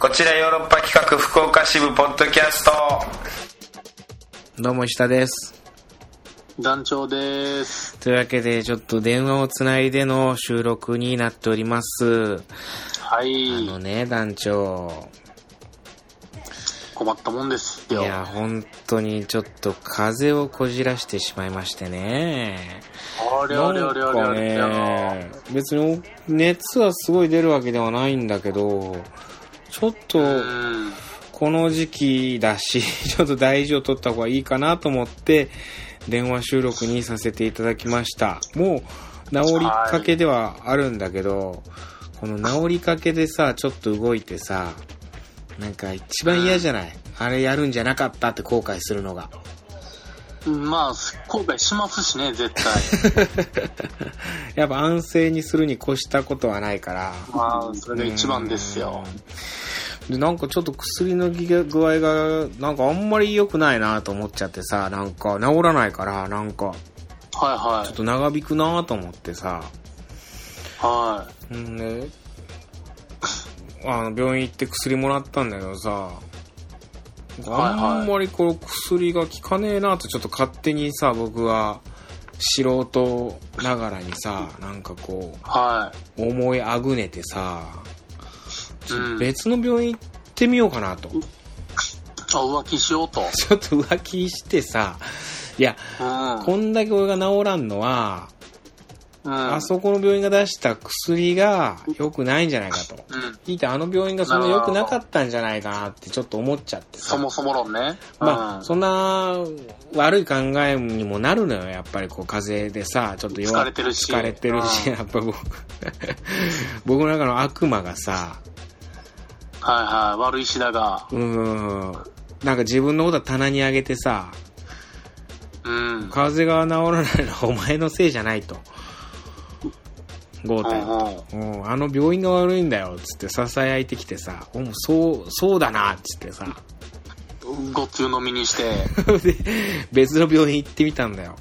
こちらヨーロッパ企画福岡支部ポッドキャストどうも石田です団長です。というわけでちょっと電話をつないでの収録になっておりますはあい。のね団長困ったもんですいよ。や本当にちょっと風邪をこじらしてしまいましてねあれあれあれあれあれなんかね別に熱はすごい出るわけではないんだけどちょっとうん。この時期だし、 ちょっと大事を取った方がいいかなと思って、電話収録にさせていただきました。もう、治りかけではあるんだけど、この治りかけでさ、ちょっと動いてさ、なんか一番嫌じゃないあれやるんじゃなかったって後悔するのが。まあ、後悔しますしね、絶 対。やっぱ安静にするに越したことはないから。まあ、それが一番ですよ。でなんかちょっと薬の具合がなんかあんまり良くないなと思っちゃってさなんか治らないからなんかはいはちょっい。と長引くなと思ってさ、はうんね、あの病院行って薬もらったんだけどさ、あんまりこう薬が効かねえなとちょっと勝手にさ、僕は素人ながらにさ、なんかこい。はう、思いあぐねてさ、い。うん。あ、別の病院行ってみようかなと。浮気しようと。ちょっと浮気してさ、いや、うこんだけ俺が治らんのは、ん。うん。あそこの病院が出した薬が良くないんじゃないかと。うん。聞いてあの病院がそんな良くなかったんじゃないかなってちょっと思っちゃってさそもそも論ね。まうあ、んそんな悪い考えにもなるのよ、やっぱりこう風邪でさ、ちょっと弱疲れてるし疲れてるし、うんやっぱ僕、 僕の中の悪魔がさ、はいはい。悪いしだが。うーん、なんか自分のことは棚にあげてさ、うん。風邪が治らないのはお前のせいじゃないと。豪う太よ。んうん。うん、あの病院が悪いんだよ、つって囁いてきてさ、うん、そう、そうだな、つってさ。ごっつ飲み にして。で別の病院行ってみたんだよ。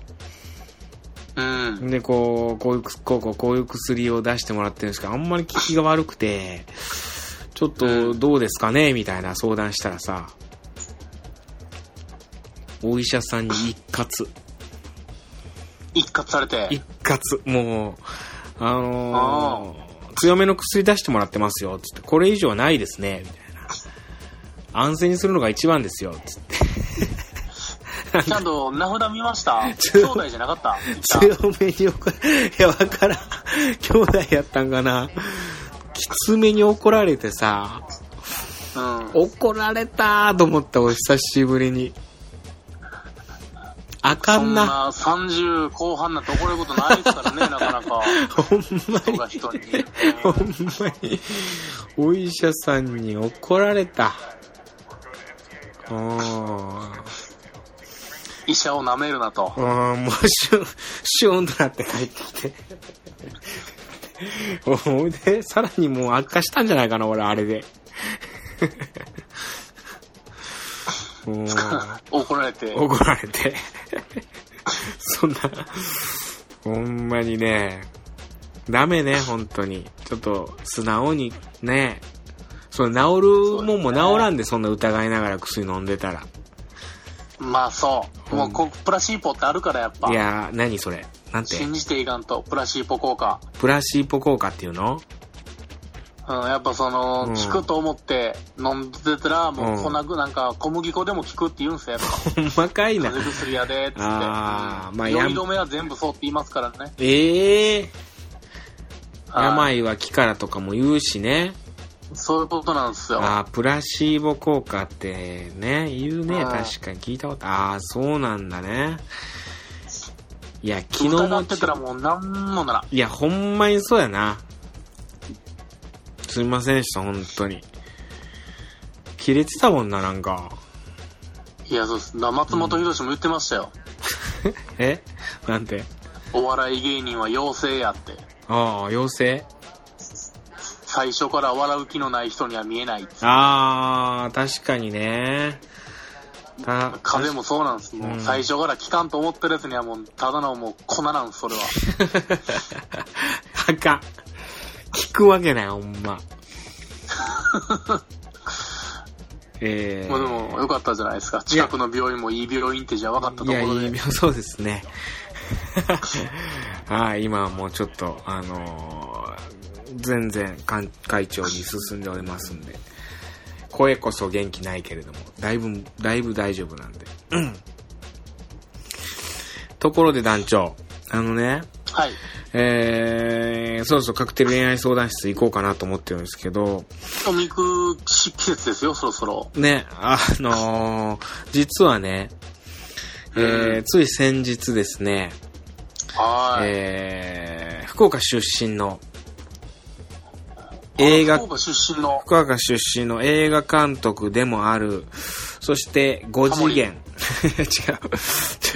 うん。で、こう、こういうく、こうこう、こういう薬を出してもらってるんですけど、あんまり効きが悪くて、ちょっとどうですかねみたいな相談したらさ、お医者さんに一括、一括されて。一括、もう、あのー強めの薬出してもらってますよ、つって、これ以上はないですね、みたいな。安静にするのが一番ですよ、つって。ちゃんと名札見ました ち兄ょ弟じゃなかった強めに怒ら、いや、わからん。兄弟やったんかな。きつめに怒られてさ、うん。怒られたーと思ったお久しぶりに。あかそんんな。な30後半なんて怒れることないで すからね、なかなか。ほんま人にが人に。ほんまに、お医者さんに怒られた。あ医者を舐めるなとあ、。もうシュン、シュンとなって帰ってきて。ほいで、さらにもう悪化したんじゃないかな、俺、あれで。 うん怒られて。怒られて。そんな、ほんまにね、ダメね、本当に。ちょっと、素直に、ね、その治るもんも治らんで、そんな疑いながら薬飲んでたら。まあそう。もうこ、プラシーポってあるからやっぱい。やー、何それ。なんて、信じていかんと、プラシーポ効果。プラシーポ効果っていうのうん、やっぱその、うん効くと思って飲んでたら、もううん粉ぐ、なんか小麦粉でも効くって言うんすよ、やっぱ。ほんま かいな風。邪薬やで、つって。あーまあやん酔い止めは全部そうって言いますからね。ええー、はい病は気からとかも言うしね。そういうことなんですよ。あープラシーボ効果ってね、言うね。あー確かに聞いたことああ、そうなんだね。いや、昨日疑もってたらもうなんもならん。いや、ほんまにそうやな。すいませんでした、本当に。切れてたもんな、なんか。いや、そうです。だ松本博士も言ってましたよ。えなんて。お笑い芸人は妖精やって。ああ、妖精最初から笑う気のない人には見えない。ああ、確かにね。た風もそうなんです。もううん最初から聞かんと思ってるやつにはもう、ただのもう粉なんです、それは。 あかん。聞くわけない、ほんま。えーもうでも、よかったじゃないですか。近くの病院もいい病院ってじゃあ分かったといこや、ろいいで。病、そうですね。 はい、今はもうちょっと、あのー全然かん会長に進んでおりますんで、声こそ元気ないけれども、だいぶ、だいぶ大丈夫なんで。うんところで団長、あのね、はい。えー、そろそろカクテル恋愛相談室行こうかなと思ってるんですけど、お肉季節ですよ、そろそろ。ね、あのー実はね、えーつい先日ですね、はい。えー福岡出身の映画福、岡出身の。福岡出身の映画監督でもある、そして5タモ次リ元。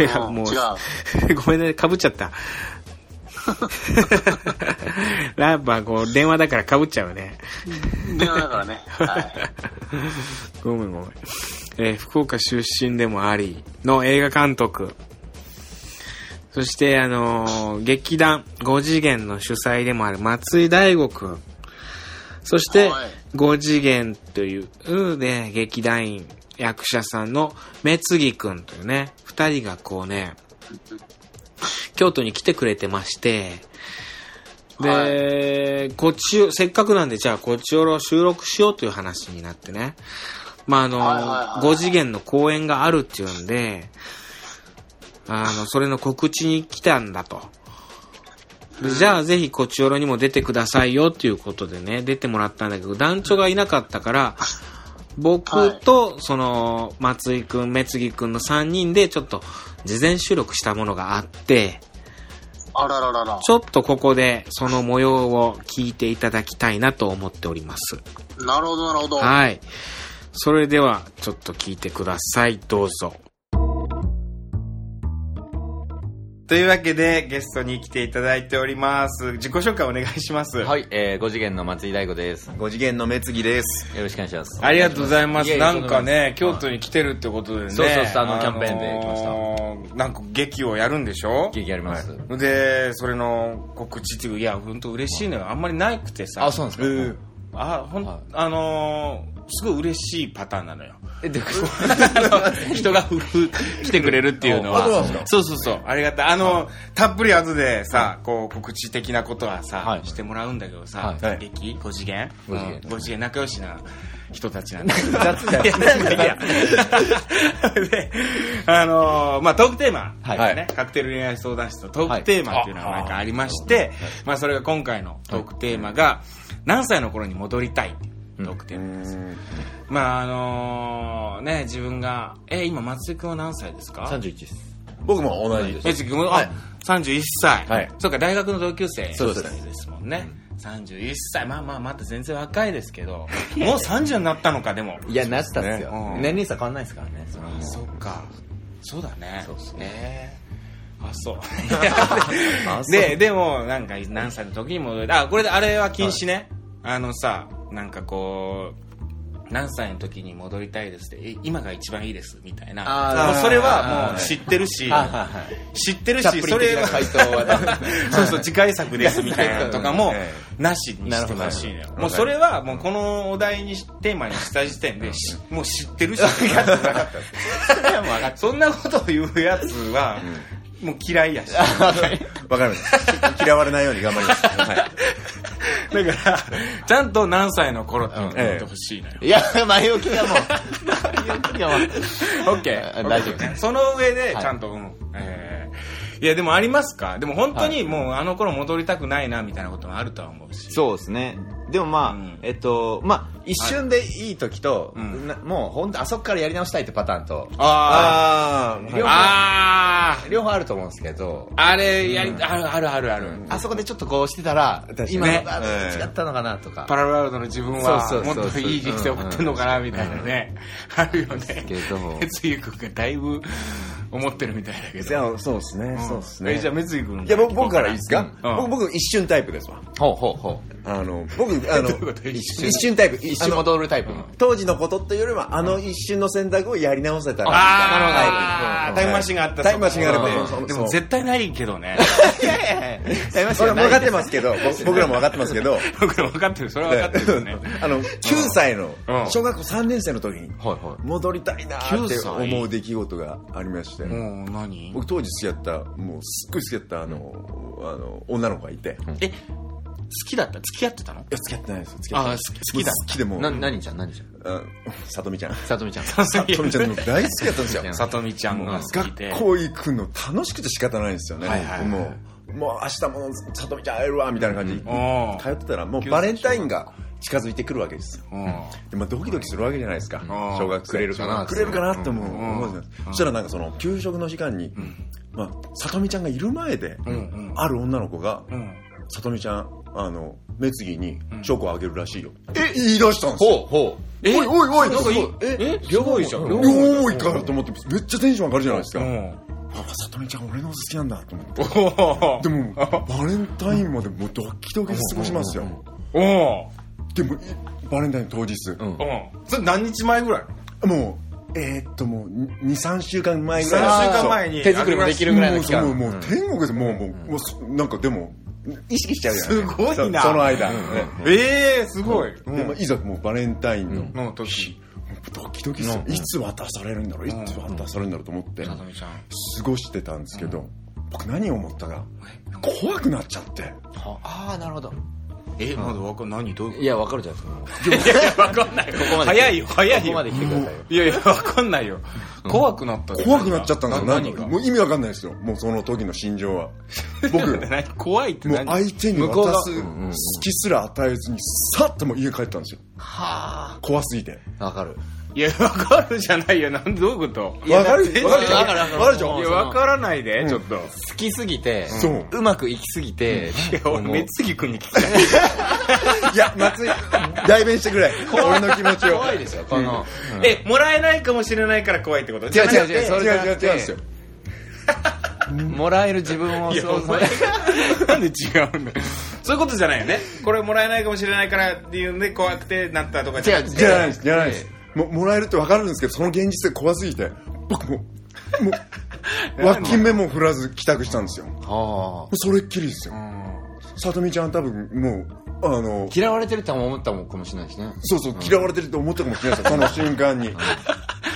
違う。違う、うんも違う。う。 ごめんね、かぶっちゃ った。ラッパーこう、電話だからかぶっちゃうね。電話だか らね。はい。ごめんごめん。えー福岡出身でもあり、の映画監督。そして、あのー劇団5次元の主催でもある松井大悟くん。そしてはい、 5次元という、うんね、劇団員、役者さんの目次くんというね、二人がこうね、京都に来てくれてまして、で、こっちを、せっかくなんで、じゃあ、こっちを収録しようという話になってね。まあ、あの、はいはいはい5次元の公演があるっていうんで、あの、それの告知に来たんだと。でじゃあ、ぜひ、こっちおろにも出てくださいよっていうことでね、出てもらったんだけど、団長がいなかったから、僕と、その、松井くん、目次くんの3人で、ちょっと、事前収録したものがあって、あららららちょっとここでその模様を聞いていただきたいなと思っております。なるほど、なるほど。はい。それではちょっと聞いてください。どうぞ。というわけで、ゲストに来ていただいております。自己紹介お願いします。はい、えー、5次元の松井大吾です。よ5次元の目次ですろしくお願いします。ありがとうございます。いえいえなんかね、そ京んなこと都に来てるってことでね。そうそうそうあのキャンペーンで来ましたした。なんか劇をやるんでしょ激あります。で、それの告知っていう、いや、ほんと嬉しいのよ。あんまりないくてさ。あ、そうなんですか。あ、ほん、はいあのーすごい嬉しいパターンなのよ。え、どういうこあの人がふふ来てくれるっていうのはあそうなんです。そうそうそう。ありがたい。あの、たっぷり後でさ、こう、告知的なことはさは、いしてもらうんだけどさは、い劇 ?5 次元五次元うん五次元仲良しな人たちなんだけど。 雑じゃないやいいやいや で、あのー、まあ、トークテーマ。はいですねカクテル恋愛相談室のトークテーマっていうのがなんかありまして、まあ、それが今回のトークテーマが、何歳の頃に戻りたいっていうトークテーマなんですよ。まああのね自分がえ今松井君は何歳ですとか ?31 です。僕も同じえ次君も、あ31歳、はいそうか大学の同級生そうですですもんね31歳まあまあまた全然若いですけどもう30になったのかでもいや、なったっすよ。ねうん年齢差変わんないですからね。そのあそっかそうだねそうそうえーあそうあ そうででもなんか何歳の時に戻るあこれであれは禁止ね、あのさなんかこう何歳の時に戻りたいですってえ今が一番いいですみたいなあーもうそれはあもうー知ってるしはいはいはい。知ってるチャッしプリそンれ的はな回答はね。 そうそう、次回作ですみたいなのとか もえ、なしにしてほしいのよ。もうそれは、もうこのお題にし、テーマにした時点で、しもう知って るし、そんなことを言うやつは、もう嫌いやし。わかりました嫌われないように頑張ります、 はい、だから、ちゃんと何歳の頃って言ってほしいのよ。いや、前置きがもう、前置きがもう。オッケー。大丈夫です。その上で、ちゃんと、うん。えーいや、でもありますかでも本当にもうあの頃戻りたくないな、みたいなこともあるとは思うし。そうですねでもまあ、うんえっとまあ一瞬でいい時と、うんなもう本当あそこからやり直したいってパターンとああー。両方あー。両方あると思うんですけどあれやり、あるあるあるある、あそこでちょっとこうしてたらに今のねあうん違ったのかなとか、パラワールドの自分はそうそうそもうっといい人生送ってんのかなみたいなね、あるよねけど哲也君がだいぶ思ってるみたいだけどそうですね、うんそうですねえじゃあ哲也君いや、僕僕からいいですか、うん僕、僕一瞬タイプですわ。ほうほうほあの、僕、あの、ういうこと一瞬一瞬タイプ。う。一あ瞬の戻るタイプの。当時のことというよりは、あの一瞬の選択をやり直せたら。ああ、みたタイいムなマシンがあったタイムマシンがあればそうそうそうでも絶対ないけどねやいやいや、やりましたそれよも分かってますけど、僕僕らも分かってますけど、僕ら分かってるそれは分かってるよねあの、9歳のうん、小学校3年生の時はに、いは戻りたいなーって思う出来事がありまして、もう何僕当時好きだった、もうすっごい好きだった、あの、あの女の子がいて、いえ好きだった付き合ってたのや、付き合ってないですよ、付き合ってなあい好き好きだもう好きでもい。うな、何ちゃん何ちゃんあさとみ ちゃん。さとみちゃん。さとみちゃんの大好きだったんですよ。さとみちゃんが好きで学校行くの楽しくて仕方ないんですよね。はいはいはいもう、もう明日もさとみちゃん会えるわ、みたいな感じで、うん通ってたら、もうバレンタインが近づいてくるわけですよ。でまあ、ドキドキするわけじゃないですか。小学生。くれるかなくれるかなって思う思うんですよそしたらなんかその、給食の時間に、まあ、さとみちゃんがいる前で、ある女の子が、さとみちゃん、あの、目つぎにチョコあげるらしいよ。え言い出したんですほよ。うほおいおいおい、なんかいい。え両方いいじゃん。両方いからと思って、めっちゃテンション上がるじゃないですか。うん。あ、さとみちゃん俺のこと好きなんだと思って。おおでも、バレンタインまでもうドキドキ過ごしますよ。おおでも、いバレンタイン当日。うんそれ何日前ぐらいもう、えーっともう、2、3週間前ぐ3週らい。間前に手作りもできるぐらいの期間もう、もう、もう天国です。もう、もう、もうす、なんかでも、意識しちゃうじゃないですすごいなそその間。ええすごい、でもいざもうバレンタインの、もうの時ドキドキする。いつ渡されるんだろう、いつ渡されるんだろうと思って。さとみちゃん過ごしてたんですけど、僕何を思ったか怖くなっちゃってああ、なるほど。えまだ分かんない何どういういや、わかるじゃないです分かんないここまで早いよ早か。こいこまよで来てくださいよ。いやいや分かんないよ怖くなったって怖くなっちゃったんですよ何がなんかもう意味わかんないですよもうその時の心 情は僕もう 何怖いって何相手に向こうが渡す隙すら与えずにさっともう家帰ったんですよは怖すぎてあ。わかる。いや分かるじゃないよなんどういうこといやわかるだってわかるわかるわかるわかるでしょいいやや分わからないで、ちょっと好きすぎて、そううまくいきすぎて、俺もう目つぎ君に聞きたいいや 松井代弁してくれ俺の気持ちを怖いですよ、この。え、もらえないかもしれないから怖いってこと違う違う違う違う違う、それじゃな違う違う違うくんてですよもらえる自分をいや、想お像前 なんで違うんだよそういうことじゃないよね。これもらえないかもしれないからっていうんで怖くてなったとかじゃ違う違うじゃないですじゃないですもうもらえるってわかるんですけどその現実が怖すぎて僕もうも う脇目も振らず帰宅したんですよはあそれっきりですよ。さとみちゃん多分もう、あの、嫌われてるとは思ったもんかもしれないしね。そうそう、嫌われてると思ったかもしれないですよ、その瞬 間に。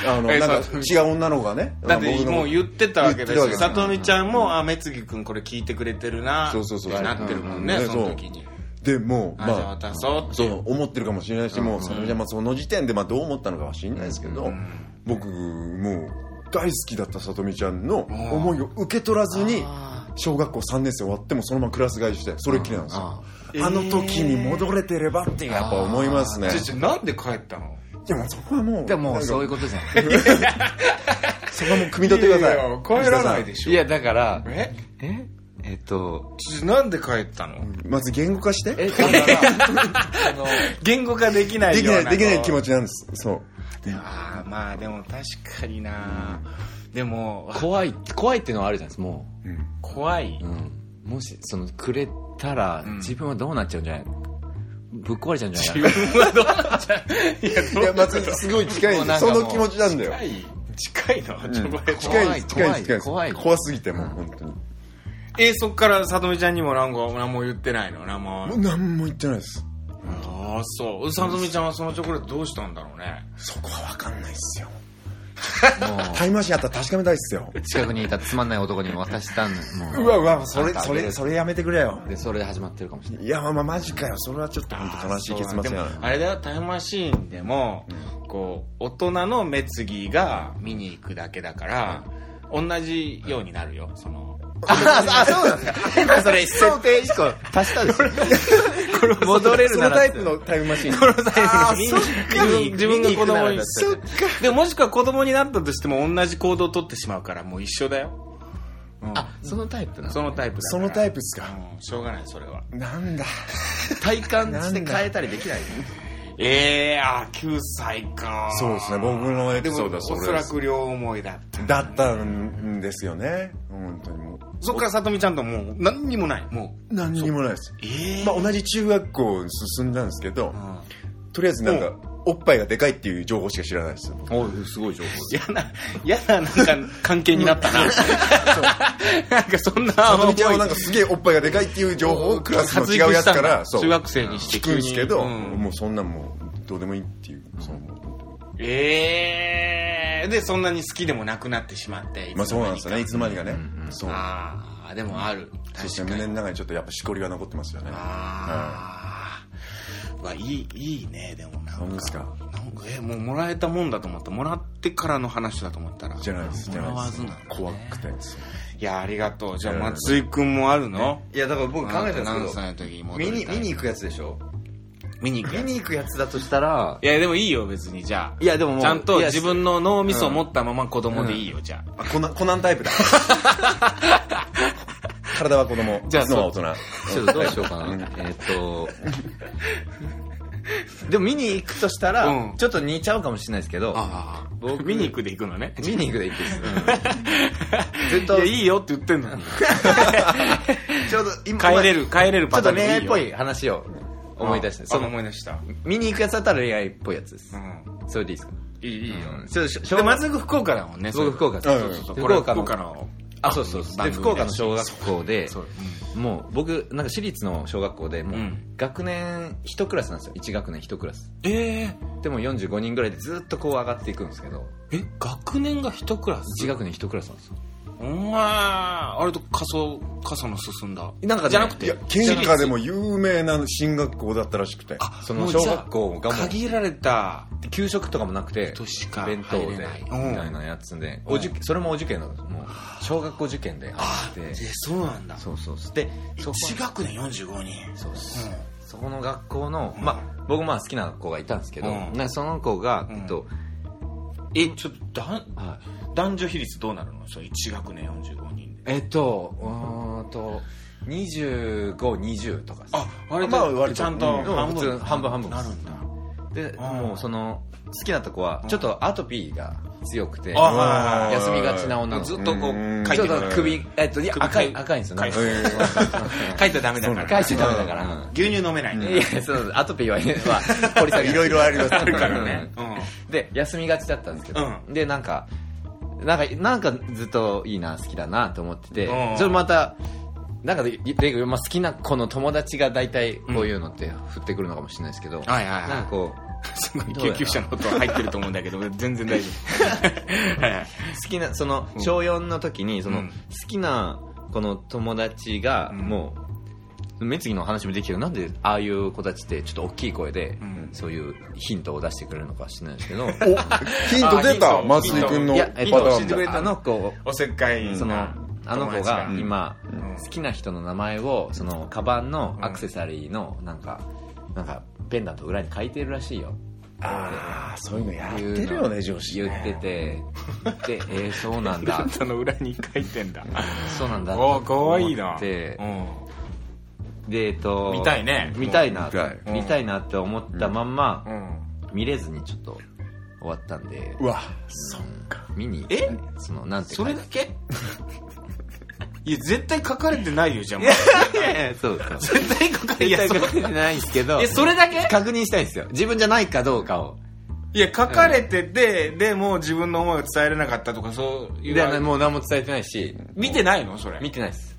あの、えなんかそう違う女の子がね、だって僕のもう言ってたわけだ言ってし、たさわけとみちゃんも、あ、目つぎくんこれ聞いてくれてるな、そうそうそうってなってるもんね、うんその時に。で、もう、あ、じゃあま渡そうあ、そう、思ってるかもしれないし、もう、さとみちゃん、まあ、その時点で、まあ、どう思ったのかは知んないですけど、僕、もう、大好きだったさとみちゃんの思いを受け取らずに、小学校3年生終わっても、そのままクラス替えして、それっきりなんですよ。あの時に戻れてればって、やっぱ思いますね。ちょちょ、なんで帰ったのでも、そこはもう、でももうなんかそういうことじゃん。そこはもう汲み取ってください。いやいや帰らないでしょ。いや、だから、えええっと、ちょちょなんで帰ったのまず言語化して。え、だから、あの、言語化できないできよなうい、な。できない気ち。持ちなんです。そう。あーまあでも確かになでも、怖い、怖いっていうのはあるじゃないですか、も怖い。う。うん。もし、その、くれたら、自分はどうなっちゃうんじゃないぶっ壊れちゃうんじゃないいや、松井すごい近いもうんでなんすかもそうの気持ちなんだよ。近い近いの、ちょっと近怖いいです、近いです、近いです。怖い怖すぎてもう、本当に。えーそっからさとみちゃんにもなんか何も言ってないの何ももう何も言ってないです。ああそうさとみちゃんはそのチョコレートどうしたんだろうねそこはわかんないっ すよ。もタイムマシンあったら確かめたいっすよ。う、近くにいたつまんない男に渡したんもうわうわ、それ、あんたそれ、それやめてくれよ。で、それで始まってるかもしれない。いや、まあ、マジかよ。それはちょっと本当悲しい結末でもやあれだよタイムマシーンでも、こう大人の目つぎが見に行くだけだから、同じようになるよそのあ、そうなんですか。 それ、想定1個足したでしょ。戻れるそなのら。タイプのタイムマシン。 自分が子供にそっか。でももしくは子供になったとしても同じ行動をとってしまうからもう一緒だよあ、そのタイプなのそのタイプだからそのタイプっすか。うんしょうがないそれはなんだ。体感して変えたりできないええあ9歳か そうですね、僕のエでピもソードはそおれそでらす。く両思いだっただったんですよね。本当にもう。そっからさとみちゃんともう何にもないも何にもないです。うええまあ、同じ中学校に進んだんですけど、とりあえずなんかおっぱいがでかいっていう情報しか知らないですおすごい情報です。嫌な、嫌ななんか関係になったな。 なんかそんな、さとみちゃん覚はえなんかすげえおっぱいがでかいっていう情報をクラスの違うやつ活躍したかんだらそう中学生にして聞くんですけど、急にうんもうそんなんもうどうでもいいっていうそのええで、そんなに好きでもなくなってしまって。まあそうなんですよねいつの間にかね、そうああ、でもある。そして確か胸に。の中にちょっとやっぱしこりが残ってますよねああ。うわ、いい、いいね、でもなんか。本当ですかなんか、えもうもらえたもんだと思った。もらってからの話だと思ったら。じゃないですじゃもらなわいでずすなのね怖くていや、ありがとう。じゃあ、松井くんもあるのいや、だから僕考えたん何ですけ歳のど、時に戻見りに、たい見に行くやつでしょ見に行く見やつに行くやつだとしたら、いや、でもいいよ、別に。じゃあ。いやでももうちゃんといや自分の脳みそを持ったまま子供でいいよ、じゃあ。あコナンコナンタイプだ体は子供じゃあ脳は大人ちょっとどうしようかな。えーっ と、でも見に行くとしたら、うんちょっと似ちゃうかもしれないですけど、ああ。僕見に行くで行くの ね。見に行くでいいです。絶対。いや、いいよって言ってんのに。ちょうど今、帰れる、帰れるちょパっターンとで恋いいよ。愛っぽい話を思い出して、そそのの思い出した。見に行くやつだったら恋愛っぽいやつですう。ん。それでいいですかいい、いいよ。ちょっとしょ、小で、学まず福岡だもんね。僕福岡です。うんそうそう福これ岡福の岡の。あ、そうそうそう。番で、組福岡の小学校で、そう。もう僕、なんか私立の小学校で、もううん学年一クラスなんですよ。一学年一クラス。ええ。でも45人ぐらいでずっとこう上がっていくんですけど、え、学年が一クラス一学年一クラスなんですよ。うわーあれと過疎、過疎の進んだ。なんかねじゃなくいて。や県下でも有名な進学校だったらしくてその小学校がもう限られた給食とかもなくて人しか入れ弁当でみない。たいうんなやつでおじゅそれもお受験なんですもう小学校受験であってえ、そうなんだ。そうそうそうでそこ1学年45人。そうそうそこの学校のまあ僕まあ好きな子がいたんですけどうんなんかその子がうんえっとえ、ちょっと、だんは男女比率どうなるのそう、1学年45人で。いえっとうーんと2520とかですあ、割と、まあ割とちゃんとうん半分、普通半分半分なるんだ。であーもうその好きなとこはちょっとアトピーが強くてあはいはい休みがちな女のず子っとこう、うん書いちょてっと首、えっと、いや首赤い、赤いんですよ。なんか赤い書いてダメだから。赤いしダメだから。牛乳飲めないいね。や、そう、アトピー は、は掘り下げいろいろありますあるからね。うん。で、休みがちだったんですけど、で、なんか、なんか、なんかずっといいな、好きだなと思ってて、うんそれまた、なんかで、でまあ、好きな子の友達が大体こういうのって振ってくるのかもしれないですけど、はいはいはいなんかこう、すごい救急車の音入ってると思うんだけど、全然大丈 夫。はいはい好きなその小4の時にそのうん好きなこの友達がんもう目つぎの話もできるなんでああいう子たちってちょっと大きい声でんそういうヒントを出してくれるのか知らないですけどおヒント出あヒンたト松井君いのパやタえっとー教えンてだくれたのこおせっかいうなそのあの友子達が今好きな人の名前をそのカバンのんアクセサリーのなんかなんかペンダント裏に書いてるらしいよああそういうのやっていうるのよをね上司言っててでえーそうなんベ だッドの裏に書いてんだ。そうなん だおー、かわいいと思な。ってうで、えっと、ん。見たいね。見たいな見たいうん見たいなって思ったまんま、うん。見れずにちょっと終わったんでうわ見に行きたいそのなんてそれ書だいてけ いや、絶対書かれてないよ、じゃあ。もういやそう です絶対書かれ絶て対書ない。かれてないんですけ どえ、それだけ確認したいんですよ自分じゃないかどうかをいや、書かれてて、でもう自分の思いを伝えれなかったとか、そうい。いうやもう何も伝えてないし見てないのそれ。見てないです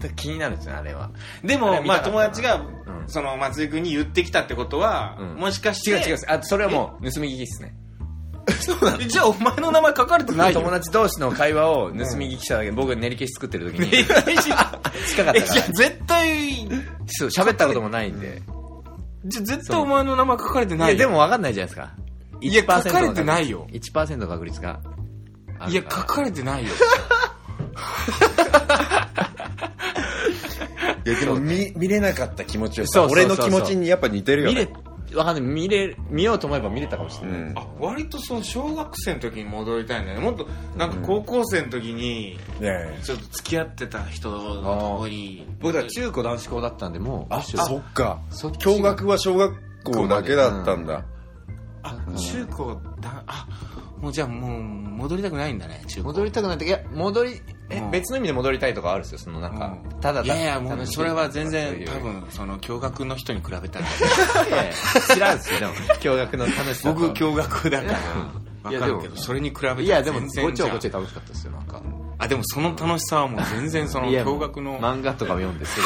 だから気になるんですよねあれはであも、れ見たまあ、かった友達が、うんその、松井君に言ってきたってことは、うんもしかして、違う違うあそれはもう盗み聞きですねえじゃあ、お前の名前書かれてないよ友。達同士の会話を盗み聞きしただけで僕が練り消し作って る時に え、近かっえたかじゃらあ絶対、そう喋ったこともないんで、じゃあ絶対お前の名前書かれて いないや、よ。でも分かんないじゃないですか。いや1%の書かれてないよ1%の確率があるら。いや、書かれてないよ。いやでも見見れなかった気持ちよそさうそうそ俺うのそう気持ちにやっぱ似てるよ見ねれ、わかんない。見れ、見ようと思えば見れたかもしれない。う んあ、割とその、小学生の時に戻りたいんだよね。もっと、なんか高校生の時に、ねえちょっと付き合ってた人のとこに、僕ら中高男子校だったんで、もう、あそっかそっちが共学は小学校だけだったんだあ中高だあもうじゃあもう戻りたくないんだね中高戻りたくないっていや戻りえ、うん別の意味で戻りたいとかあるんですよそのなんか、うんただいただやいやもう楽しいそれは全そう然いう多 分その驚愕の人に比べたらいやいや知らんっすよでも驚愕の楽しさと僕驚愕だからい分やかでるもけどそれに比べたらいやでも全ご然ちじゃょんごちょ楽しかったですよなんかあでもその楽しさはもう全然そのいや驚愕の漫画とかを読んです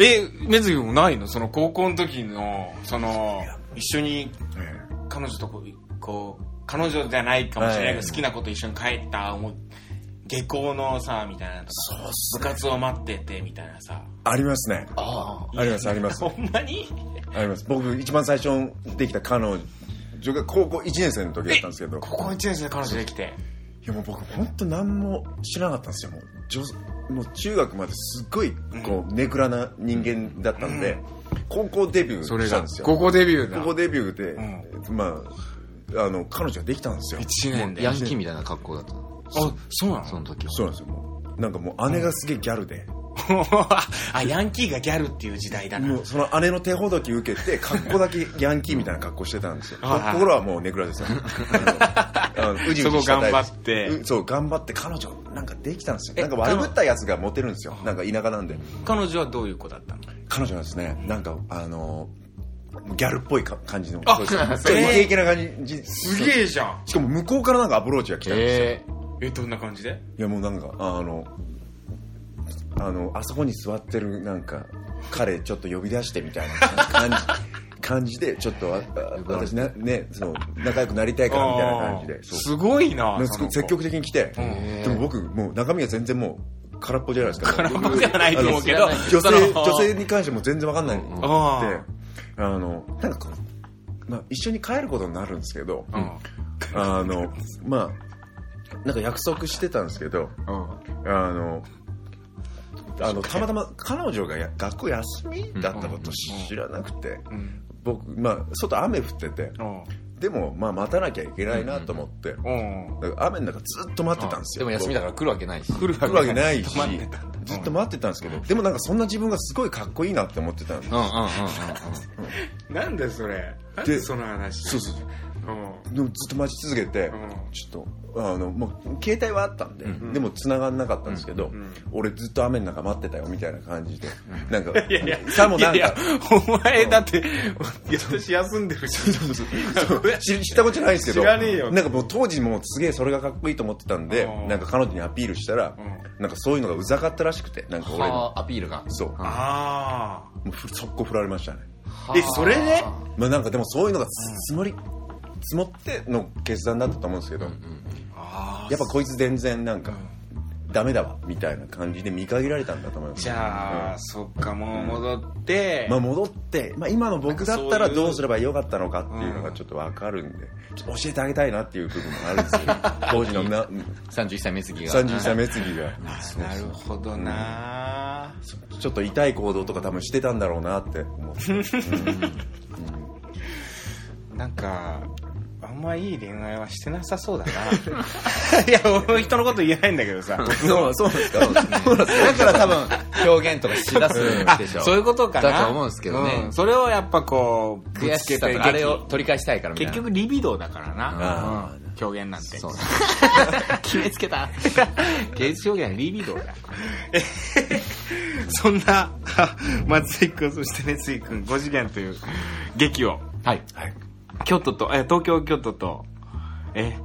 え目次もないのその高校の時のその一緒に彼女とこうこう彼女じゃないかもしれないけはいど好きな子と一緒に帰った思い下校のさみたいなとか部活を待っててみたいなさありますねあありますありますほんまにあります僕一番最初にできた彼女が高校1年生の時だったんですけど高校1年生で彼女できていやもう僕本当何も知らなかったんですよもう女もう中学まですっごいこうネクラな人間だったんで、高校デビューしたんですよ高校デビューだ高校デビューで、うまああの彼女ができたんですよ1年でヤあンキーみたいな格好だったのそうなのその時そうなんですよもうなんかもう姉がすげえギャルで、 あヤンキーがギャルっていう時代だなもうその姉の手ほどき受けて格好だけヤンキーみたいな格好してたんで すよはいはい心はもうネク ラですよあのあのうじうじしたタそこ頑イプ張ってうそう頑張って彼女なんかできたんですよなんか悪ぶったやつがモテるんですよなんか田舎なんで彼女はどういう子だったの彼女はですねなんかあのギャルっぽいか感じのあそうですそうイケイケな感じすげえじゃんしかも向こうからなんかアプローチが来たんですよ、ええどんな感じでいやもうなんかあのあのあそこに座ってるなんか彼ちょっと呼び出してみたいな感じ 感じでちょっとああ私なねその仲良くなりたいからみたいな感じでそうすごいななんかすごい積極的に来て、んでも僕もう中身が全然もう空っぽじゃないですか空っぽじゃないと思うけどあのそ女性の女性に関しても全然わかんないって、ああのなんかこう、まあ、一緒に帰ることになるんですけど、うんあのまあなんか約束してたんですけど、あのあのたまたま彼女がや学校休みだったこと知らなくて、うん僕、まあ、外雨降っててうんでも、まあ、待たなきゃいけないなと思って、うんだから雨の中ずっと待ってたんですでよ、も休みだから来るわけないし来る来るわけないし待ってたずっと待ってたんですけどでもなんかそんな自分がすごいかっこいいなって思ってたんでうんうんうんうんうんなんでそれなんででその話そうそううんでもずっと待ち続けてうんちょっとあのもう携帯はあったんで、でも繋がんなかったんですけど、ん俺ずっと雨の中待ってたよみたいな感じで、なんかいやいやさもなんかいやいやお前だって私休んでるし そう 知知ったことじゃないんですけど知らねえよなんかもう当時もうすげえそれがかっこいいと思ってたんでうんなんか彼女にアピールしたら、うなんかそういうのがうざかったらしくてなんか俺のはあアピールがそうもああうふ速攻振られましたねえそれでまあなんかでもそういうのが積もり、積もっての決断だったと思うんですけど、やっぱこいつ全然なんか、ダメだわみたいな感じで見限られたんだと思いますじゃあ、そっかもう戻って、まあ戻って、まあ、今の僕だったなんからそういうどうすればよかったのかっていうのがちょっとわかるんで、ちょっと教えてあげたいなっていう部分もあるんですよ 当時のな31歳目次が31歳目次がなるほどな、ちょっと痛い行動とか多分してたんだろうなって思ってなんかあんまいい恋愛はしてなさそうだな いや俺も人のこと言えないんだけどさそうそうですかだから多分表現とかしだすんあでしょそういうことかなだと思うんですけどねうんそれをやっぱこうぶ悔つけしさてとかあれを取り返したいからみたい結な局リビドーだからな、うん表現なんてそう決めつけ た芸術表現はリビドーだ そんな 松井君そして熱井君5次元という劇をはい京都とえ東京京都とえ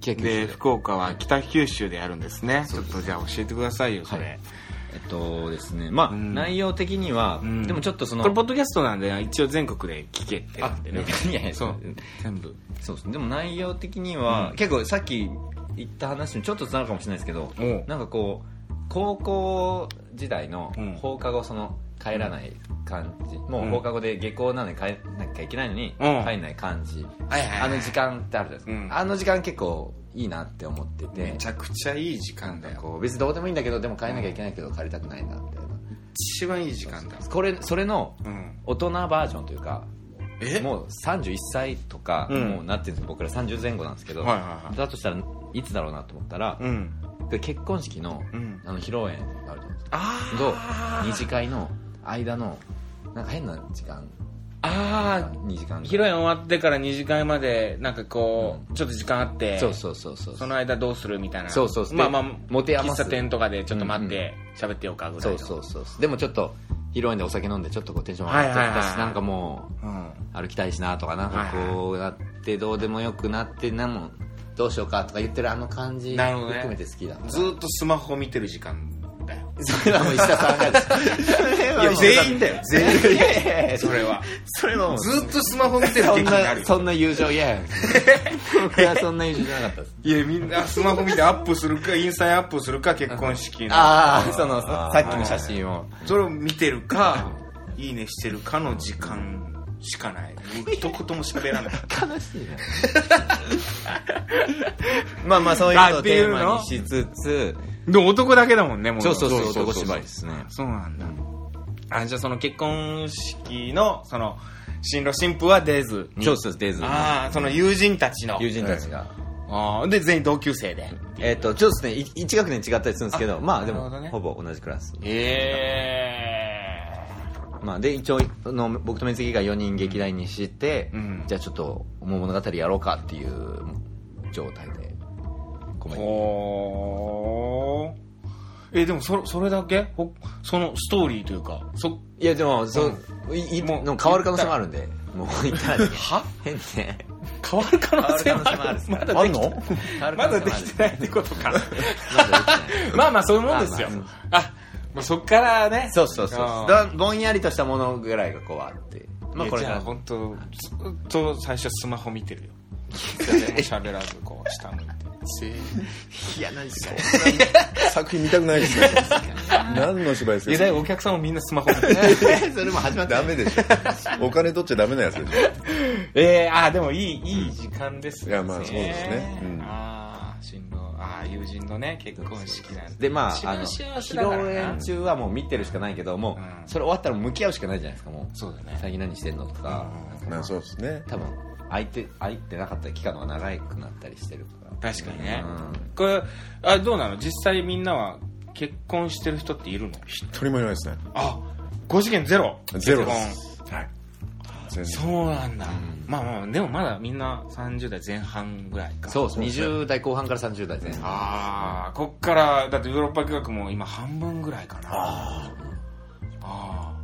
結局で福岡は北九州でやるんですねちょっとじゃあ教えてくださいよそれ、はいえっとですねまあ、ん内容的には、んでもちょっとそのこれポッドキャストなんで一応全国で聞けってなんでねあいやいやそう全部そうですねでも内容的には、結構さっき言った話にちょっとつながるかもしれないですけどおうなんかこう高校時代のうん放課後その帰らない感じ、うもうん放課後で下校なのに帰んなきゃいけないのに、うん帰んない感じ、はいはいはいあの時間ってあるじゃないですか、うんあの時間結構いいなって思っててめちゃくちゃいい時間だよこう別にどうでもいいんだけどでも帰んなきゃいけないけど帰りたくないなみたいな一番いい時間だこれそれのうん大人バージョンというかえもう31歳とか、うんもうなってるんですよ僕ら30前後なんですけど、はいはいはいだとしたらいつだろうなと思ったら、うん結婚式の,、うんあの披露宴があるじゃないですかあと二次会の間のなんか変な時間ああ2時間ぐらい披露宴終わってから2次会までなんかこう、ちょっと時間あってそうそうそうそうその間どうするみたいなそうそうそうまあまあで持て余す喫茶店とかでちょっと待って喋ってようかぐらいそうのそうそうそうでもちょっと披露宴でお酒飲んでちょっとこうテンション上がっちゃったし、はいはいはいなんかもううん歩きたいしなとかなんはいかはいこうやってどうでもよくなってなんもどうしようかとか言ってるあの感じなるほどね含めて好きだずーっとスマホ見てる時間だよ。 それはもう石田さんがいや、全員だよ、全員。いやいやい やそれは。それはもうずーっとスマホ見てるそ時んになるなそよ。んな友情嫌や僕はそんな友情じゃなかったですいや、みんなスマホ見てアップするか、インスタにアップするか、結婚式の。ああそのさっきの写真をそれを見てるか、いいねしてるかの時間しかない。一言も喋らない。 悲しいなまあまあそういうのをテーマにしつつでも男だけだもんねもそうそうそうそう男縛りですねそうなんだあ、じゃあその結婚式の、その、新郎新婦は出ずに。そうそうデイズのああ、その友人たちの。友人たちがああ、で、全員同級生で。えっ、と、ちょっとですね、い一学年違ったりするんですけど、まあなでるほも、どねほぼ同じクラス。えまあで、一応、あの僕と面積が4人劇団にして、んじゃあちょっと、もう物語やろうかっていう状態で、えごめー。ん。おー。え、でもそれ、それだけほそのストーリーというか、そ、いや、でも、そう、いいもうでも変わる可能性もあるんで、もう行ったら、は変ね。変わる可能性もあ変わる可能性もあるるまだっ。すねあでんきの変わる可まだ能性でもあるきてないってことか。 まだできてないまあまあ、そういうもんですよまあま。あ、もうそっからね。そうそうそう。だあーからぼんやりとしたものぐらいがこうあって。まあこれいやじゃあから。本当ずっと最初スマホ見て るよ喋らずこう下向いていや、何それ。作品見たくないですね何の芝居ですいやだかからお客さんもみんなスマホ見てるそれも始 まった。ダメでしょお金取っちゃダメなやつでしえ ー、あーでもいいいい時間ですょいやまあそうですね、うんああ新郎ああ友人のね結婚式なんてでま一あ、あ番の、幸せ披だから露な宴中はもう見てるしかないけど、もうんう、それ終わったらもう向き合うしかないじゃないですか、もう。そうだね最近何してんのとか、まあそうですね多分、空いて、空いてなかった期間が長くなったりしてるから。確かにね、うんこれあどうなの実際みんなは結婚してる人っているの一人もいないですねあ5次元ゼロゼロで結婚すはい全然そうなんだ、まあまあでもまだみんな30代前半ぐらいかそうです、20代後半から30代前半。ああこっからだってヨーロッパ企画も今半分ぐらいかなああー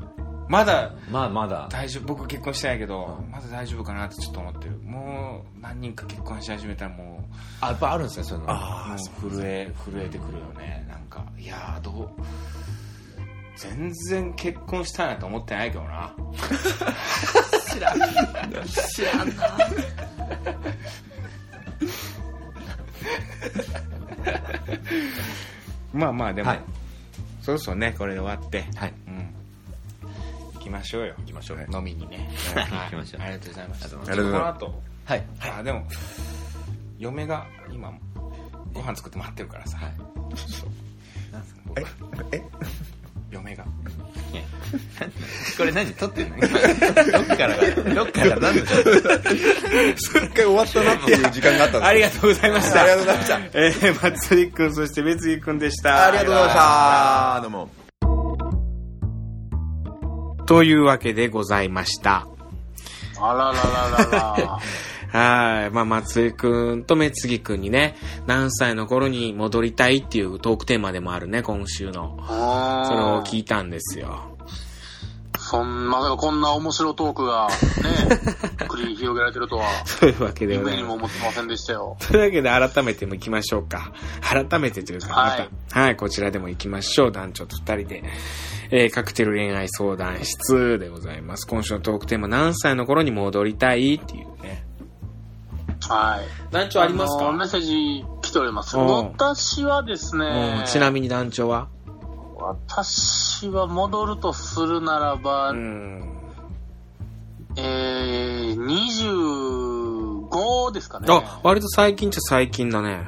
まだまあ、まだ。大丈夫僕結婚してないけど、まだ大丈夫かなってちょっと思ってるもう何人か結婚し始めたらもうあ、やっぱあるんですね、そういうの。もう震え震えてくるよねなんかいやーどう全然結婚したいなと思ってないけどな知らん知らんなまあまあでも、はいそろそろねこれで終わって、はい。うん、行きましょうよ行きましょう飲みにね、 行きましょうありがとうございましたありがとうございますこの後はい。あでも嫁が今ご飯作って待ってるからさ、はいなんすか僕え嫁がこれ何撮ってんの どっからがどっから何の一回終わったなっていう時間があったんですありがとうございましたありがとうございましたえー、松井君そして別井君でしたありがとうございましたどうもというわけでございましたあららら らら。はい。まあ、松井くんと目次くんにね、何歳の頃に戻りたいっていうトークテーマでもあるね、今週の。あーそれを聞いたんですよ。 そんな、こんな面白いトークが、ね、 繰り広げられてるとは、というわけでござ夢いにまもす。思ってませんでしたよ。というわけで改めても行きましょうか。改めてというか、また、はいはい、こちらでも行きましょう。男女と二人で。えーカクテル恋愛相談室でございます。今週のトークテーマ、何歳の頃に戻りたいっていうね。はい。団長ありますのメかッセージ来ております。うん私はですねうん、ちなみに団長は私は戻るとするならば、うん。えー、25ですかね。あ、割と最近っちゃ最近だね。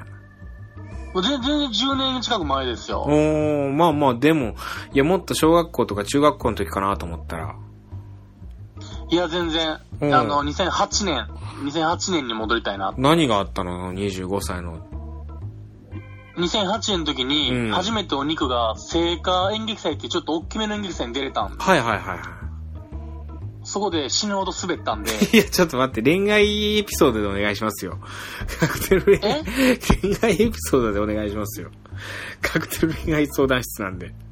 もう全全然10年近く前ですよ。おー、まあまあ、でも、いや、もっと小学校とか中学校の時かなと思ったら。いや、全然、うんあの、2008年、2008年に戻りたいな。何があったの ?25 歳の。 2008年の時うんに、初めてお肉が、聖火演劇祭っていうちょっと大きめの演劇祭に出れたんではいはいはいはす。そこで死ぬほど滑った んで、いや、ちょっと待って、恋愛エピソードでお願いしますよ。カクテル恋愛恋愛エピソードでお願いしますよ。カクテル恋愛相談室なんで。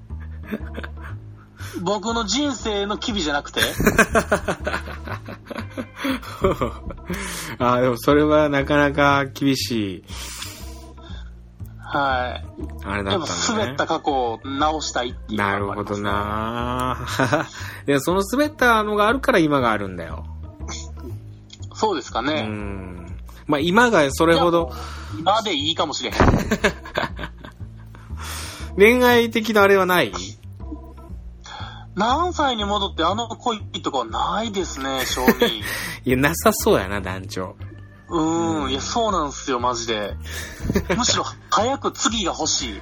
僕の人生の機微じゃなくて、ああ、でもそれはなかなか厳しい、はい。あれだでっもたんだ滑ねった。過去を直したいっていうのながありるますほど。な でもその滑ったのがあるから今があるんだよ。そうですかうね。ん。まあ今がそれほど今でいいかもしれへん。恋愛的なあれはない何歳に戻ってあの恋とかはないですね、正 味。いや、なさそうやな、団長。うーん、いや、そうなんですよ、マジで。むしろ、早く次が欲しい。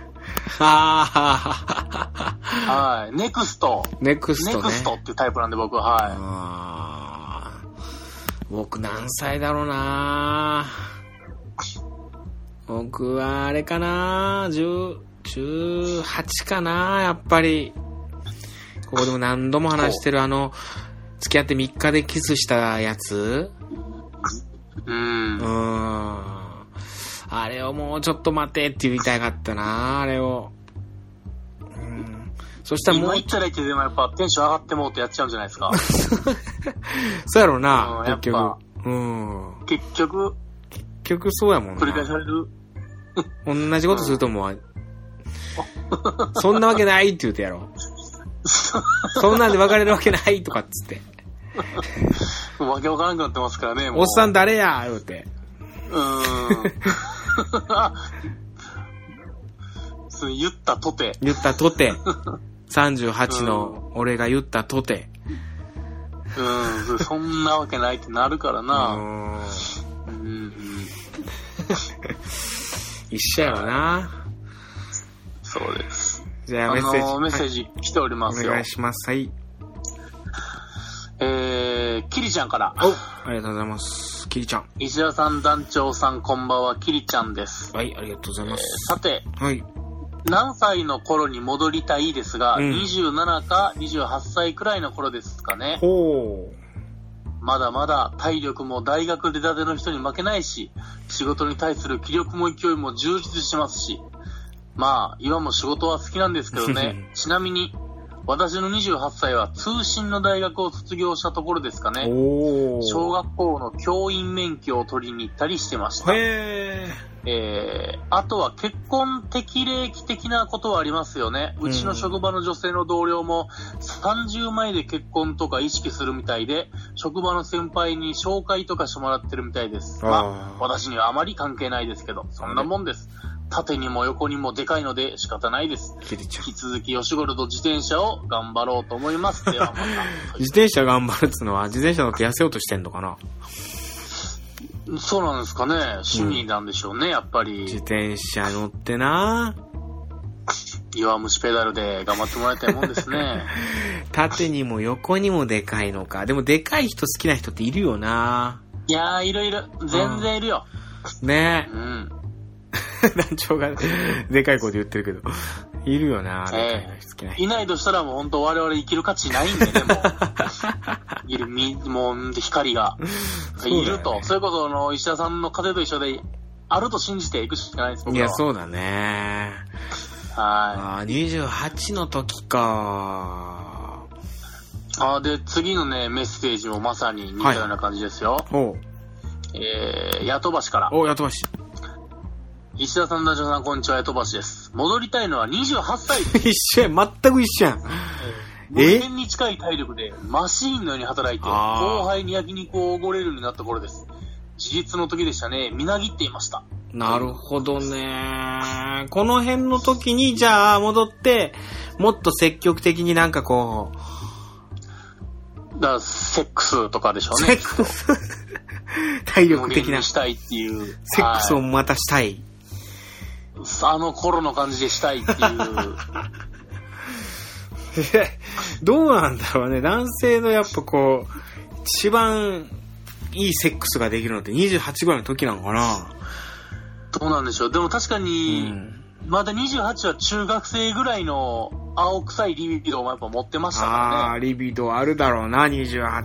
ああ、はい。ネクスト。ネクスネトね。クストっていうタイプなんで僕は、はあー僕何歳だろうな僕はあれかな10 18かなやっぱり。ここでも何度も話してるあの、付き合って3日でキスしたやつい。うんうー。ん。あれをもうちょっと待てって言いたかったなあれを。うん。そしたらも今う言っ、たらいいけど、でもやっぱテンション上がってもうてやっちゃうんじゃな いですか。そうやろうなうんや結局っぱ。うん。結局、結局そうやもんな。繰り返される。同じことすると思う。そんなわけないって言うてやろう。そんなんで別れるわけないとかっつって。わけわからなくなってますからね、もう。おっさん誰や言うて。うーん。そう言ったとて。言ったとて。38の俺が言ったとて。うんそう、そんなわけないってなるからうな。ん。うんうん、一緒やろな。そうです。じゃああメッセージ。のメッセージ来ておりますはいおよ。願いします。はい。えー、キリちゃんから。おありがとうございます。キリちゃん。石田さん団長さんこんばんは、キリちゃんです。はい、ありがとうございます。さて、はい。何歳の頃に戻りたいですが、うん27か28歳くらいの頃ですかね。ほまだまだ体力も大学出たての人に負けないし、仕事に対する気力も勢いも充実しますし、まあ、今も仕事は好きなんですけ どね。ちなみに、私の28歳は通信の大学を卒業したところですかう。ね。お小ー。学校の教員免許を取りに行ったりしてました。へー。えー、あとは結婚適齢期的なことはありますよね。うちの職場の女性の同僚も30前で結婚とか意識するみたいで、職場の先輩に紹介とかしてもらってるみたいです。まあーあ、私にはあまり関係ないですけど、そんなもんです。縦にも横にもでかいので仕方ないです。キリちゃん。引き続き吉頃と自転車を頑張ろうと思 います。ではま自転車頑張るっつうのは、自転車乗って痩せようとしてんのかなた。そうなんですかね。趣味なんでしょうね、やっぱ自り。転車乗ってな弱虫ペダルで頑張ってもらいたいもんですね。縦にも横にもでかいのか。でもでかい人好きな人っているよないやー、いるいる。全然いるよ。ね うん。団長が、でかい声で言ってるけど。いるよなでかいえのえ好きな人。いないとしたらもう本当我々生きる価値な いんでね、もう。いる、み、もう、光が。うだよねいると。それこそ、あの、石田さんの風邪と一緒で、あると信じていくしかないです、僕いらはや、そうだね。はああ、28の時か。い。あーで、次のね、メッセージもまさに似たような感じですよ。ほう。えー、ヤトバシから。お、やとばし。石田さん、ダジョさん、こんにちは、ヤトバシです。戻りたいのは28歳です。 一緒やん。全く一緒やん。無え限に近い体力でマシーンのように働いて、あー後輩に焼肉をおごれるようになった頃です。自立の時でしたね。みなぎっていました。なるほどね。この辺の時に、じゃあ、戻って、もっと積極的になんかこう、だから、セックスとかでしょうセね。ックス、 体無力限的な、にセしたいっていう。ックスをはいまたしたい。あの頃の感じでしたい っていう。どうなんだろうね。男性のやっぱこう、一番いいセックスができるのって28ぐらいの時なのかな。どうなんでしょう。でも確かうに、ん。まだ28は中学生ぐらいの青臭いリビドをやっぱ持ってましたあかあ、リビドあるだろうな、28らは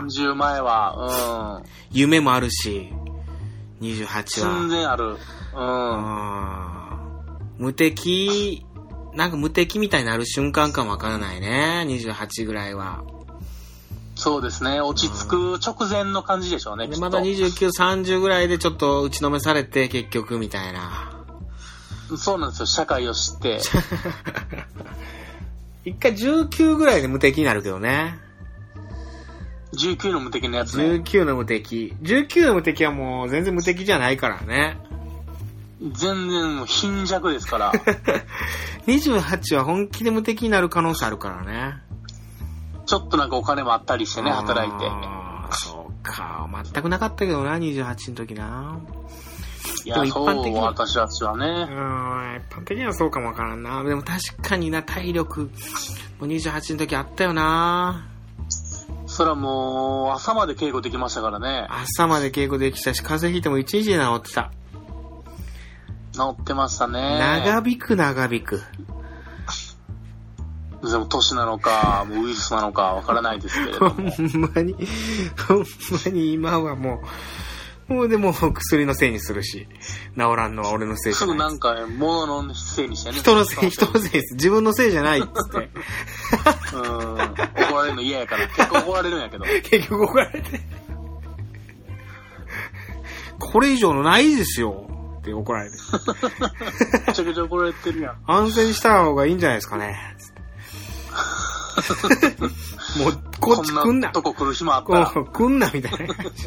ね。。30前は、夢もあるし、う28ん。は。全然ある。うん。うん無敵、なんか無敵みたいになる瞬間かもわからないね、28ぐらいは。そうですね。落ち着く直前の感じでしょうね、できっまだと。 29、30ぐらいでちょっと打ちのめされて結局みたいな。 そうなんですよ。社会を知って。一回19ぐらいで無敵になるけどね。 19の無敵のやつね。 19の無敵。19の無敵はもう全然無敵じゃないからね。 全然もう貧弱ですから。 28は本気で無敵になる可能性あるからね。ちょっとなんかお金もあったりしてね、働いて。あーそうか。全くなかったけどな、28の時な。いでやも、一そ般的う、に私たちはうーね。ん、一般的にはそうかもわからんな。でも確かにな、体力、もう28の時あったよな。そらもう、朝まで稽古できましたからね。朝まで稽古できたし、風邪ひいても1日で治ってた。治ってましたね。長引く長引く。でも、年なのか、もうウイルスなのか、わからないですけれどほ も。んまに、ほんまに今はもう、もうでも薬のせいにするし、治らんのは俺のせいじすゃぐなないん。か、物のせいにしてね。人のせい、人のせいです。自分のせいじゃないっつって。うん。怒られるの嫌やから。結構怒られるんやけど。結局怒られて。これ以上のないですよ。って怒られて。めちゃくちゃ怒られてるやん。安静にした方がいいんじゃないですか ね。つってもう、こっち来こんんなな。とこ来る日もあったら。こう来んなみたいな感じ。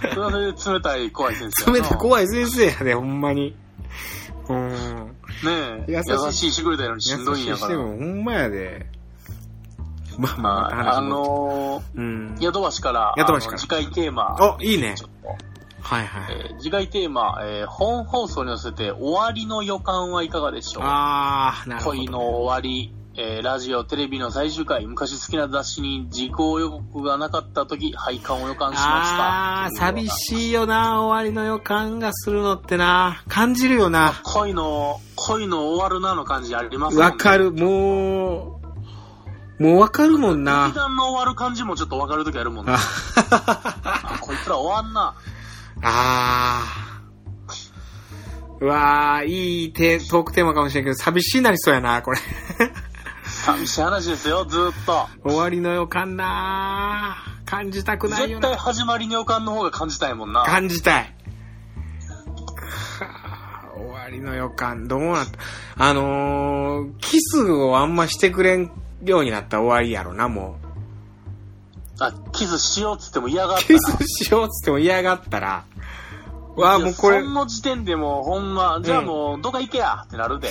それはそれで冷たい怖い先生やな。冷たい怖い先生やで、ほんまに。うん。ねえ。優優しいしいしてくれたのにしんどいんやしかてら。もほんまやで。まあまあ、まあたあ話戻ってのうんー、。宿橋から、宿橋からあの次回テーマ、あ、いいねちょ。っとはいはい。えー次回テーマ、えー本放送に寄せて終わりの予感はいかがでしょうあー、なるほど。恋の終わり、えーラジオ、テレビの最終回、昔好きな雑誌に時効予告がなかった時、廃刊を予感しました。あー、寂い。しいよな、終わりの予感がするのってな。感じるよな。恋の、恋の終わるなの感じありますもんねわか。る、もう、もうわかるもん劇な。団の終わる感じもちょっとわかる時あるもん ねあ。あこいつら終わんな。あー。うわー、いいテトークテーマかもしれんけど、寂しいなりそうやな、これ。 寂しい話ですよ、ずーっと。終わりの予感なー感じたくないよ絶な対。始まりの予感の方が感じたいもんな。感じたい。はあ終わりの予感、どうなったあのー、キスをあんましてくれんようになったら終わりやろな、もう。あ、キスしようっつっても嫌がったキら。スしようっつっても嫌がったら、わあ、もうこれいや、その時点でもうほんま、じゃあもう、どっか行けやってなるで。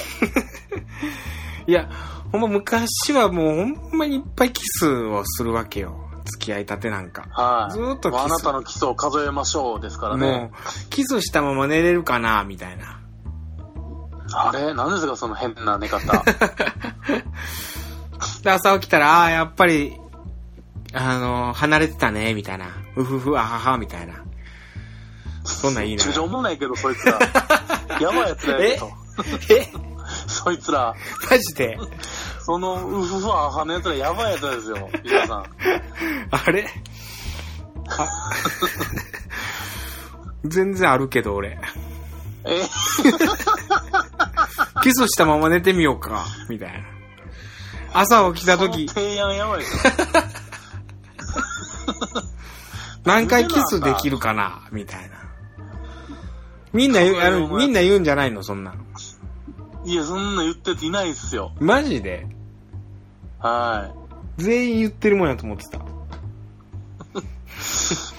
いや、ほんま昔はもうほんまにいっぱいキスをするわけよ。付き合いたてなんか。はい。ずーっとキスもうあなたのキスを数えましょうですからねも。う、キスしたまま寝れるかな、みたいな。あれ何ですか、その変な寝方。で、朝起きたら、ああ、やっぱり、あのー、離れてたね、みたいな。うふふ、あはは、みたい な。 そんなんいいめなちゃ。くちゃ思わないけど、そい つら。やばいやつだよと。えそいつら、マジでその、うふふあはのやつらやばいやつらですよ、皆さん。あれあ 全然あるけど、俺。えキスしたまま寝てみようか、みたいな。朝起きたその時、提案やばいですよ。何回キスできるかな、みたいな。みんな言う、あのみんな言うんじゃないの、そんなの。いや、そんな言ってていないっすよ。マジでは全員言ってるもんやと思ってた。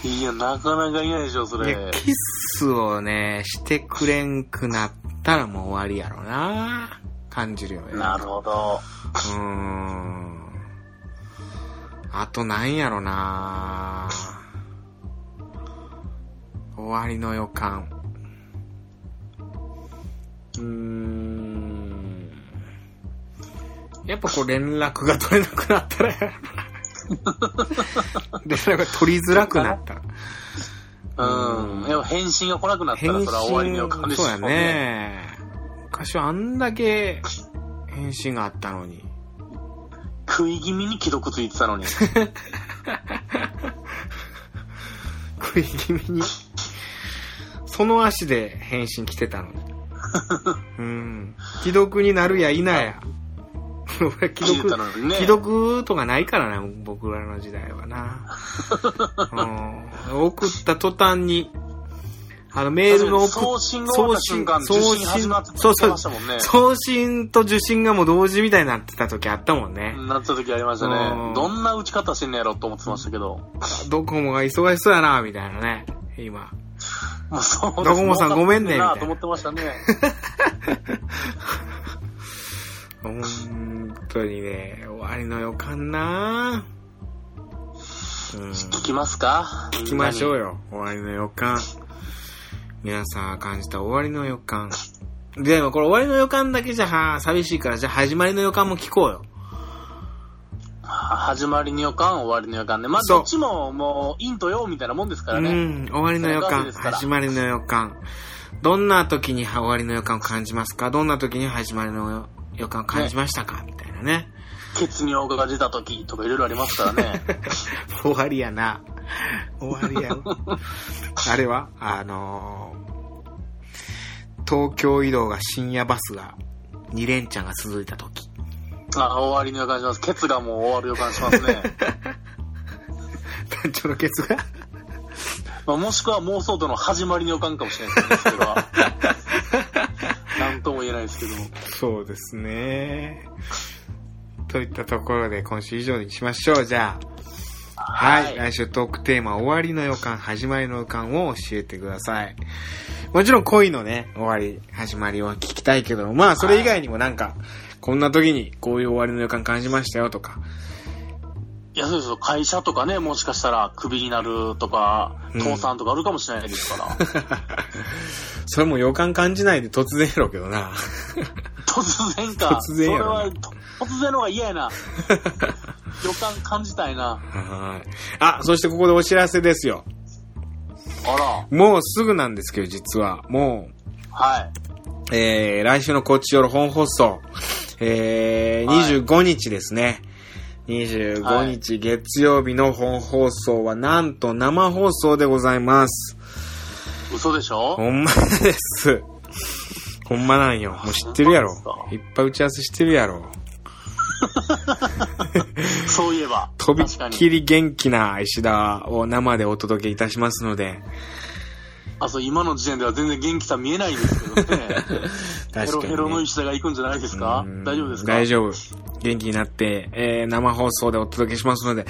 い。いや、なかなかいないでしょ、そいれ。や、キスをね、してくれんくなったらもう終わりやろな感じるよね。なるほど。うーん。あとなんやろな終わりの予感。うーん。やっぱこう連絡が取れなくなったら やろな連絡が取りづらくなった。うん。でも返信が来なくなったら、それは終わりの予感でしょそうや。ね。昔はあんだけ返信があったのに。食い気味に既読ついてた のに。食い気味に。その足で返信来てた のに。うん。既読になるや否や。俺、既聞い読た、のにね。既読とかないからな、僕らの時代はな。うん、送った途端に、あの、メールの送送信が終わった瞬間、送信受信始まってそうそうましたもんね。送信と受信がもう同時みたいになってた時あったもんね。なった時ありましたうんね。どんな打ち方してんのやろと思ってましたけど。ドコモが忙しそうやな、みたいなね。今。もうそうですドコモさんごめんねみたいななと思ってまし たね。本当にね、終わりの予感なうん。聞きますか聞きましょうよ。終わりの予感。皆さんが感じた終わりの予感。でもこれ終わりの予感だけじゃは寂しいから、じゃあ始まりの予感も聞こうよ。は始まりの予感、終わりの予感で。まあ、そうどっちももう、陰と陽みたいなもんですかうらね。ん、終わりの予それがわけ感、ですから始まりの予感。どんな時に終わりの予感を感じますかどんな時に始まりの予感を感じましたか、みたいなね。血尿が出た時とかいろいろありますからね。 終わりやな。終わりや。あれはあのー東京移動が深夜バスが2連チャンが続いた時。あ、終わりの予感します。ケツがもう終わる予感しますね。団長のケツがまあ、もしくは妄想との始まりの予感かもしれないで すけど、なんとも言えないですけども。そうですね。といったところで今週以上にしましょう。じゃあ。はい。はい来週トークテーマ、終わりの予感、始まりの予感を教えてください。もちろん恋のね、終わり、始まりを聞きたいけど、まあそれ以外にもなんか、こんな時にこういう終わりの予感感じましたよとか、いや、そうですよ。会社とかね、もしかしたらクビになるとか、倒産とかあるかもしれないです から。それも予感感じないで突然やろうけどな。 突然か。突然やろそれは、と突然の方が嫌やな。予感感じたいな。はい。あ、そしてここでお知らせですよ。あら。もうすぐなんですけど、実は。もう、はい。えー、来週のこっちよる本放送、えはいー、25日ですね。25日月曜日の本放送はなんと生放送でございます。嘘でしょほんまです。ほんまなんよ。もう知ってるやろほんまで。いっぱい打ち合わせしてるやろ。そういえば。とびっ確かきに。り元気な石田を生でお届けいたしますので。あ、そう、今の時点では全然元気さ見えないですけどね。ヘ 確かロにねヘロの石田が行くんじゃないですかうん大丈夫ですか大丈夫。元気になって、えー生放送でお届けしますので、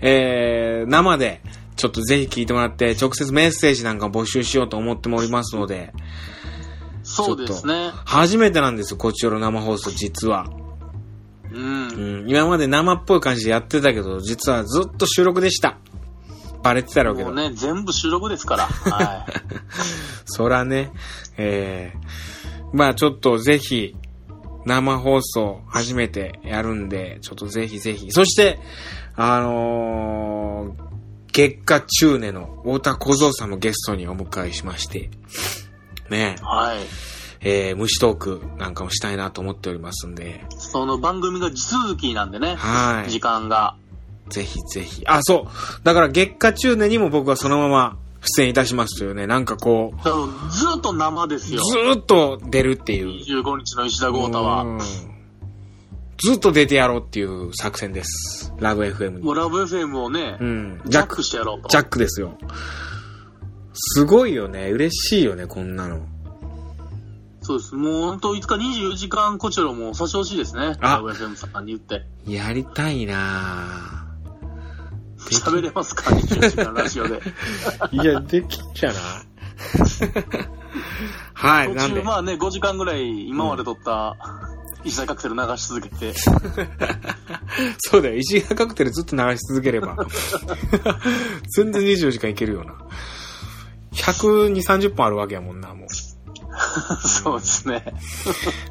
えー生で、ちょっとぜひ聞いてもらって、直接メッセージなんか募集しようと思っておりますので、そうですね。初めてなんですよ、こっちよろ生放送、実は。う。うんん、今まで生っぽい感じでやってたけど、実はずっと収録でした。バレてたろうけもど。うね、全部収録で すから。はい。そらね、えー、まあちょっとぜひ、生放送初めてやるんで、ちょっとぜひぜひ。そして、あのー、月下中年の太田小僧さんもゲストにお迎えしまして、ねはい。えー、虫トークなんかもしたいなと思っておりますんで、その番組が地続きなんでね。はい時間が。ぜひぜひ。あ、そう。だから月下中年にも僕はそのまま出演いたしますというね、なんかこう、だからずっと生ですよ。ずーっと出るっていう。 25日の石田豪太うは。んずっと出てやろうっていう作戦です。ラブ FM もにう。ラブ FM をね、うん。ジジャャッックク、してやろうと。ジャックですよ。すごいよね。嬉しいよね、こんなの。そうです。もう本当いつか24時間こちらも差し押しいですね。あラブ FM さんに言って。やりたいなでき 喋れますか ?24 時間ラジオで。ぁ いや、できんじゃない はい、途なん中で。まあね、5時間ぐらい今まで撮った、石田カクテル流し続け て。そうだよ。石川カクテルずっと流し続ければ。 全然24時間いけるよな。120、30本あるわけやもんな、もう。そうですね。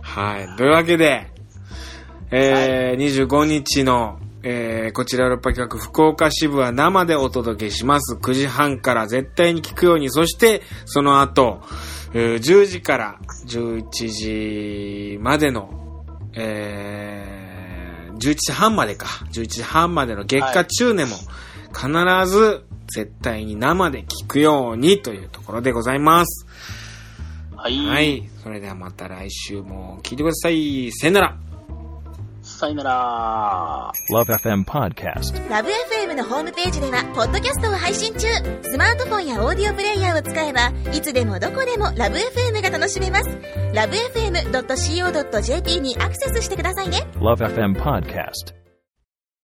はい。というわけで、えー25日の、ええー、こちら6波企画福岡支部は生でお届けします。9時半から絶対に聞くように、そしてその後、えー10時から11時までの、えー、11時半までか、11時半までの月下中年も必ず絶対に生で聞くようにというところでございます。はい。はい。それではまた来週も聞いてください。さよなら。さよなら。 Love FM Podcast. ラブ f m のホームページではポッドキャストを配信中スマートフォンやオーディオプレイヤーを使えばいつでもどこでもラブ f m が楽しめますラブ FM.co.jp にアクセスしてくださいね Love FM Podcast.